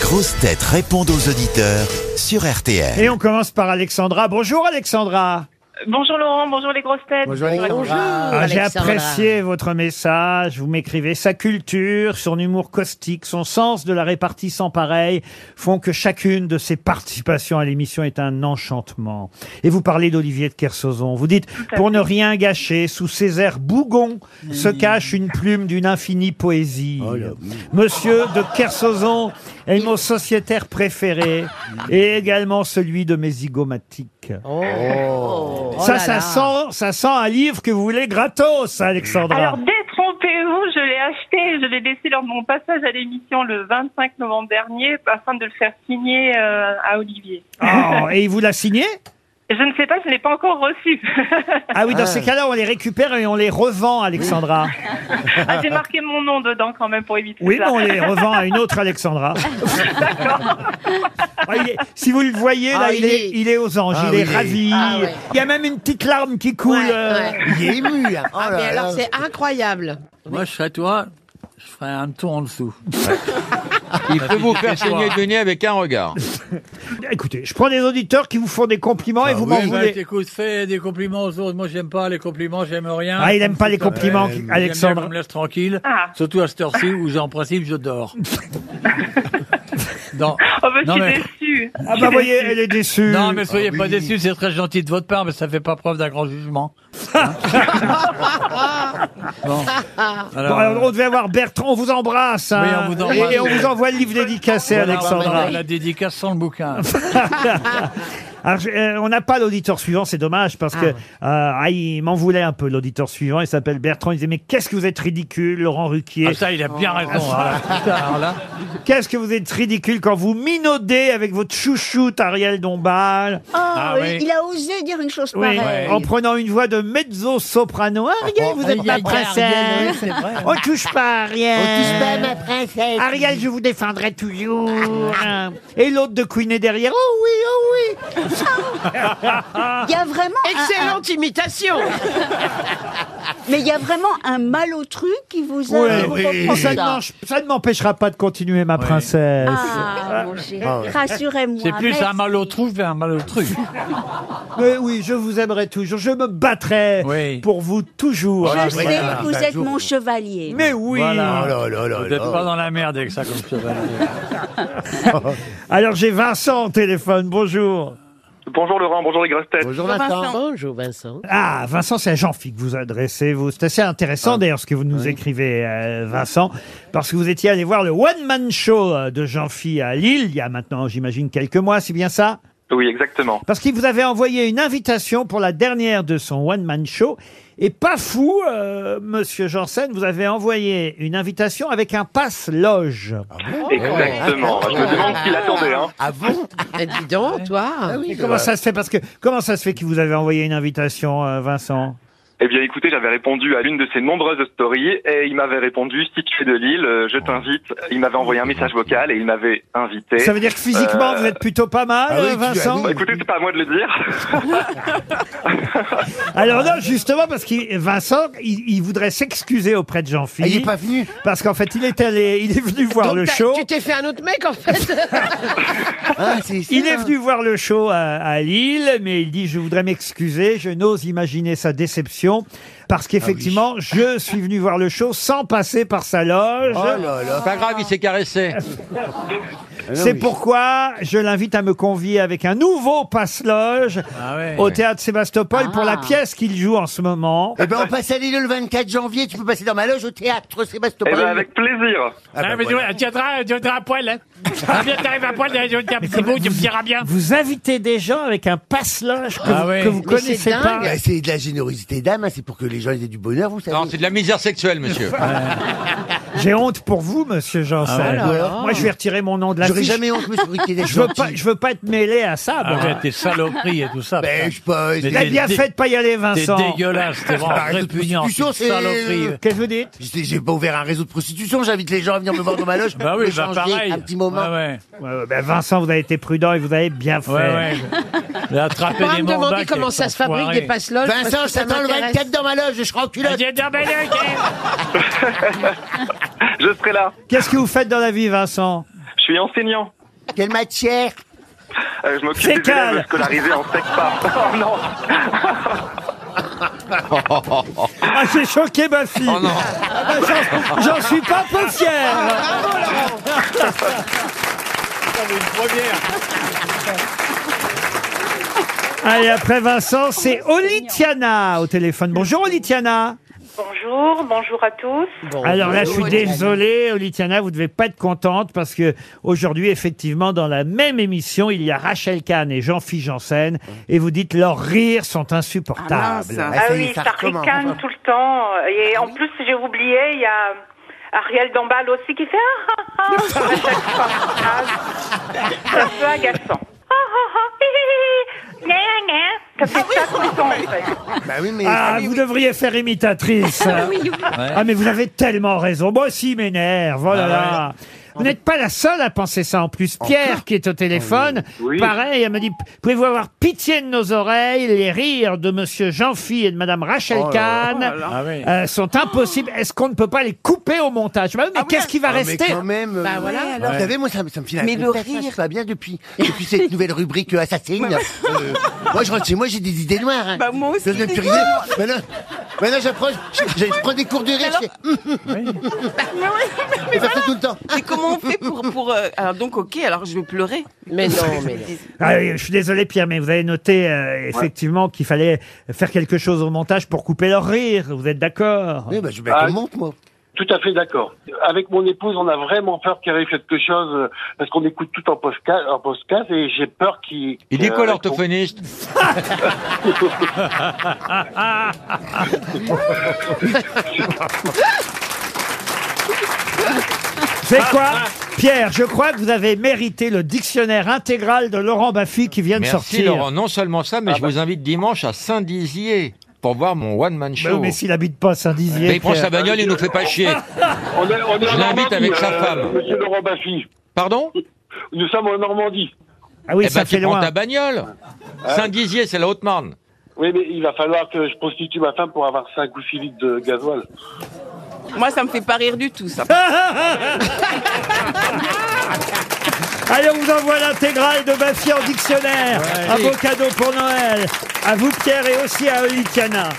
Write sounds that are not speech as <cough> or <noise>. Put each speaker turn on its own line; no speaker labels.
grosses têtes répondent aux auditeurs sur RTL.
Et on commence par Alexandra. Bonjour Alexandra.
Bonjour Laurent, bonjour les grosses têtes.
Bonjour Alexandra.
Ah, J'ai
Alexandra.
apprécié votre message. Vous m'écrivez sa culture, son humour caustique, son sens de la répartie sans pareil font que chacune de ses participations à l'émission est un enchantement. Et vous parlez d'Olivier de Kersauzon. Vous dites
à
pour
fait.
ne rien gâcher, sous ces airs bougons se cache une plume d'une infinie poésie.
Oh,
Monsieur de Kersauzon est mon sociétaire préféré et également celui de mes zygomatiques.
Oh
Ça,
là
ça
là.
sent, ça sent un livre que vous voulez gratos, ça, Alexandra.
Alors détrompez-vous, je l'ai acheté, je l'ai laissé lors de mon passage à l'émission le 25 novembre dernier afin de le faire signer euh, à Olivier.
Oh, et il vous l'a signé
Je ne sais pas, je ne l'ai pas encore reçu. <laughs>
Ah oui, dans ces cas-là, on les récupère et on les revend, Alexandra.
ah, j'ai marqué mon nom dedans quand même pour éviter
Oui, mais
ça.
on les revend à une autre Alexandra. Ah, il est- si vous le voyez, là,
Ah,
il,
il
est,
est-
il est aux anges,
Ah
il est
oui.
ravi.
Ah ouais.
Il y a même une petite larme qui coule.
Ouais,
euh,
ouais.
Il est ému. hein. Oh
Ah,
là
mais
là.
alors c'est incroyable.
Moi, je serais toi, je ferais un tour en dessous.
Il peut vous faire saigner du nez avec un regard.
Écoutez, je prends des auditeurs qui vous font des compliments et vous m'en
bah,
voulez.
t'écoutes, fais des compliments aux autres. Moi, j'aime pas les compliments, j'aime rien.
Ah, il aime pas les compliments,
Ouais, mais-
Alexandre.
Alexandre.
me laisse tranquille.
Ah.
Surtout à cette heure-ci où, j'ai- en principe,
<laughs>
je dors. non.
Oh, bah, je
Non,
suis
mais-
déçue.
Ah bah voyez, elle est déçue.
non, mais soyez
Ah
pas
oui.
déçus, c'est très gentil de votre part, mais ça fait pas preuve d'un
<laughs>
grand jugement. Hein bon.
Bon,
Alors,
alors, on devait avoir Bertrand. On vous embrasse. hein.
Oui, on vous embrasse.
Et, et on vous envoie le livre dédicacé,
voilà,
Bah,
on
Alexandra.
a La dédicace sans le bouquin.
Alors, je- euh, on n'a pas l'auditeur suivant, c'est dommage parce que euh, ah, il m'en voulait un peu l'auditeur suivant. Il s'appelle Bertrand. Il disait mais qu'est-ce que vous êtes ridicule, Laurent Ruquier.
Ah, ça, il a bien
Oh.
raison. hein. Alors là,
Qu'est-ce que vous êtes ridicule quand vous minaudez avec votre chouchoute Ariel Dombal,
Ah oui, oui. il
Oh, a osé dire une chose
oui, en prenant une voix de mezzo soprano. Oh, Ariel, vous êtes ma princesse. On touche pas à Ariel.
Euh, princesse.
Ariel, je vous défendrai toujours. Et l'autre de Queen est derrière. Oh oui, oh oui.
Il y a vraiment,
Ah, Excellente imitation.
mais il y a vraiment un mal au truc qui vous a.
Ouais,
vous
oui.
comprend
Oh, ça, ne
pas.
m'en- ça ne m'empêchera pas de continuer, ma princesse.
Ah, mon chéri,
Ah ouais.
rassurez-moi.
c'est plus
mais-
un mal au trou qu'un mal au truc.
Mais oui, je vous aimerai toujours. Je me battrai
Ah. Oui.
pour vous toujours.
Je sais
voilà.
que vous êtes mon chevalier.
Mais oui.
Voilà.
Oh là là là
Vous n'êtes
là.
pas dans la merde avec ça comme chevalier.
Alors j'ai Vincent au téléphone. Bonjour.
Bonjour Laurent, bonjour les grosses têtes.
Bonjour Vincent.
Bonjour Vincent.
Ah, Vincent, c'est à Jean-Philippe que vous adressez. Vous, c'est assez intéressant
Ah.
d'ailleurs ce que vous nous écrivez, euh, Vincent, parce que vous étiez allé voir le one man show euh, de Jean-Philippe à Lille il y a maintenant, j'imagine, quelques mois. C'est bien ça
Oui, exactement.
Parce qu'il vous avait envoyé une invitation pour la dernière de son one-man show. Et pas fou, euh, monsieur Janssen, vous avez envoyé une invitation avec un passe-loge.
exactement. Je me demande s'il attendait. Hein.
Ah bon
Eh, dis donc, toi.
Et comment ça se fait Parce que comment ça se fait qu'il vous avait envoyé une invitation, euh, Vincent
Eh bien écoutez, j'avais répondu à l'une de ses nombreuses stories et il m'avait répondu si tu es de Lille, euh, je t'invite. Il m'avait envoyé un message vocal et il m'avait invité.
Ça veut dire que physiquement,
Euh,
vous êtes plutôt pas mal,
Ah oui,
euh,
tu as
Vincent
Bah, écoutez, c'est pas à moi de le dire.
Alors non, justement, parce que Vincent, il, il voudrait s'excuser auprès
Ah,
de
Il est
Jean-Philippe.
pas venu
Parce qu'en fait, il est allé, il est venu voir
Donc,
le
t'as-
show.
Tu t'es fait un autre mec en <laughs> fait.
Ah, c'est ça.
Il est venu voir le show à, à Lille, mais il dit je voudrais m'excuser, je n'ose imaginer sa déception parce
Ah
qu'effectivement je suis venu voir le show sans passer par sa loge.
Oh là là.
Pas grave, il s'est caressé.
Ah non,
C'est
mais-
pourquoi je l'invite à me convier avec un nouveau passe-loge
Ah ouais.
au théâtre Sébastopol pour la
Ah.
pièce qu'il joue en ce moment.
Eh ben on passe à Lille le 24 janvier, tu peux passer dans ma loge au théâtre
Eh
bah,
Sébastopol.
bien avec plaisir.
Ah, ben
Ah, mais
voilà.
ouais, tu viendras, tu viendras à poil, hein. Ah, viens, t'arrives à poil, je vais te dire un petit mot, tu me diras bien.
Vous invitez des gens avec un passe-loge que,
Ah
vous-
ouais.
que vous
Mais c'est
connaissez
dingue.
pas.
Ah, C'est de la générosité d'âme, hein, c'est pour que les gens aient du bonheur, vous savez.
Non, c'est de la misère sexuelle, monsieur.
Ah, J'ai honte pour vous, monsieur Janssen.
Ah ouais. Alors
Moi, je vais retirer mon
Bah,
nom de la
J'aurais
fiche.
jamais honte, monsieur Riquet, d'être
Je veux
gentil.
pas, je veux pas être mêlé à ça.
Ah,
moi.
ouais, tes saloperies et tout ça.
Ben, je sais pas.
Mais
c'est-
Il a
t'es
bien
dé-
fait de pas y aller,
T'es
Vincent.
dégueulasse, t'es vraiment
Arrête de
répugnant,
prostitution,
t'es
c'est-
saloperie.
Qu'est-ce que vous dites
J'ai j'ai pas ouvert un réseau de prostitution, j'invite les gens à venir me voir dans ma loge.
Bah oui,
me
bah
changer
pareil.
Un petit moment.
Ouais, ouais.
Ouais, ouais, ben Vincent, vous avez été prudent et vous avez bien fait. <laughs>
Ouais, ouais. J'ai attrapé
On va
des
me
mandats
demander
qui
comment ça
étaient
se fabrique
enfoirés.
des passe-loges. parce
Vincent,
que
je
ça
t'attends le
m'intéresse.
24 dans ma loge, je serai en
Ah,
culotte.
j'ai dit, ah, ben, ok.
Je serai là.
Qu'est-ce que vous faites dans la vie, Vincent
Je suis enseignant.
Quelle matière
Euh, je m'occupe des
Fécale.
élèves scolarisés en SECPA. Oh non
Ah, j'ai choqué ma fille. Ah, bah, j'en- J'en suis pas peu fier. Allez, après Vincent, c'est Olitiana au téléphone. Bonjour Olitiana.
Bonjour, bonjour à tous.
Alors là, je suis désolé, Olitiana, vous devez pas être contente parce que aujourd'hui, effectivement, dans la même émission, il y a Rachel Kahn et Jean-Philippe Janssen et vous dites leurs rires sont insupportables.
Ah,
Ah
ça y est,
oui,
ça
ça
recommence.
ricane tout le temps. Et
Ah
en plus, j'ai oublié, il y a Ariel Dombal aussi qui fait ah, ah,
<laughs>
ah à chaque fois. Ah, C'est un peu agaçant. Ah, ah, ah, hi, hi, hi, gna, gna, gna. Ça
Ah
fait ça tout le temps, en fait.
Bah oui, mais.
Ah, vous devriez
<laughs>
faire imitatrice. Ah, mais vous avez tellement raison. Moi aussi, il m'énerve. Oh là
Ah
là. Vous n'êtes pas la seule à penser ça. En plus, Pierre, qui est au téléphone,
Ah
pareil, elle me dit, pouvez-vous avoir pitié de nos oreilles Les rires de Monsieur Jean-Phi et de Madame Rachel
Oh
Kahn
ah,
euh, sont impossibles. Est-ce qu'on ne peut pas les couper au montage Bah oui, Mais qu'est-ce qui va
Ah, mais
rester
quand même.
Bah
euh,
voilà,
ouais,
alors.
Vous savez, moi, ça, me- ça me file un
Mais
coup de
le
tête, ça,
rire.
Je suis pas bien depuis, depuis cette nouvelle rubrique euh, assassine. Euh, moi, je rentre chez moi, j'ai des idées noires. hein.
Bah, moi aussi.
Je viens de puriser. Maintenant, maintenant j'approche, je, je prends des cours de rire. je fais,
Mais oui,
je fais ça tout le temps.
mais comment on fait pour... pour euh, Alors donc, ok, alors je vais pleurer.
Mais non, mais non.
Ah oui, je suis désolé Pierre, mais vous avez noté euh, effectivement qu'il fallait faire quelque chose au montage pour couper leur rire. Vous êtes d'accord
Oui, bah, je mets
Ah.
le monte, moi.
Tout à fait d'accord. Avec mon épouse, on a vraiment peur qu'il arrive quelque chose euh, parce qu'on écoute tout en podcast, en podcast et j'ai peur qu'il.
Il dit
qu'elle-
euh,
quoi l'orthophoniste
C'est quoi Pierre, je crois que vous avez mérité le dictionnaire intégral de Laurent Baffy qui vient de
Merci
sortir. Ah, bah.
Laurent. Non seulement ça, mais je vous invite dimanche à Saint-Dizier pour voir mon one-man
Mais, Bah oui,
show.
mais s'il habite pas
Mais
Saint-Dizier.
il prend sa bagnole, il nous fait pas chier.
<laughs> On est, on est
Je
en
l'invite
Normandie, euh,
avec sa femme.
Monsieur Laurent Baffy,
Pardon
nous sommes en Normandie.
Ah oui,
Eh
ça
ben,
fait
tu prends
loin. Ah.
ta bagnole. Saint-Dizier, c'est la Haute-Marne.
Oui, mais il va falloir que je prostitue ma femme pour avoir 5 ou 6 litres de gasoil.
Moi, ça me fait pas rire du tout, ça.
<laughs> Allez, on vous envoie l'intégrale de Baffy en dictionnaire. Un beau cadeau pour Noël. À vous Pierre et aussi à Olitiana.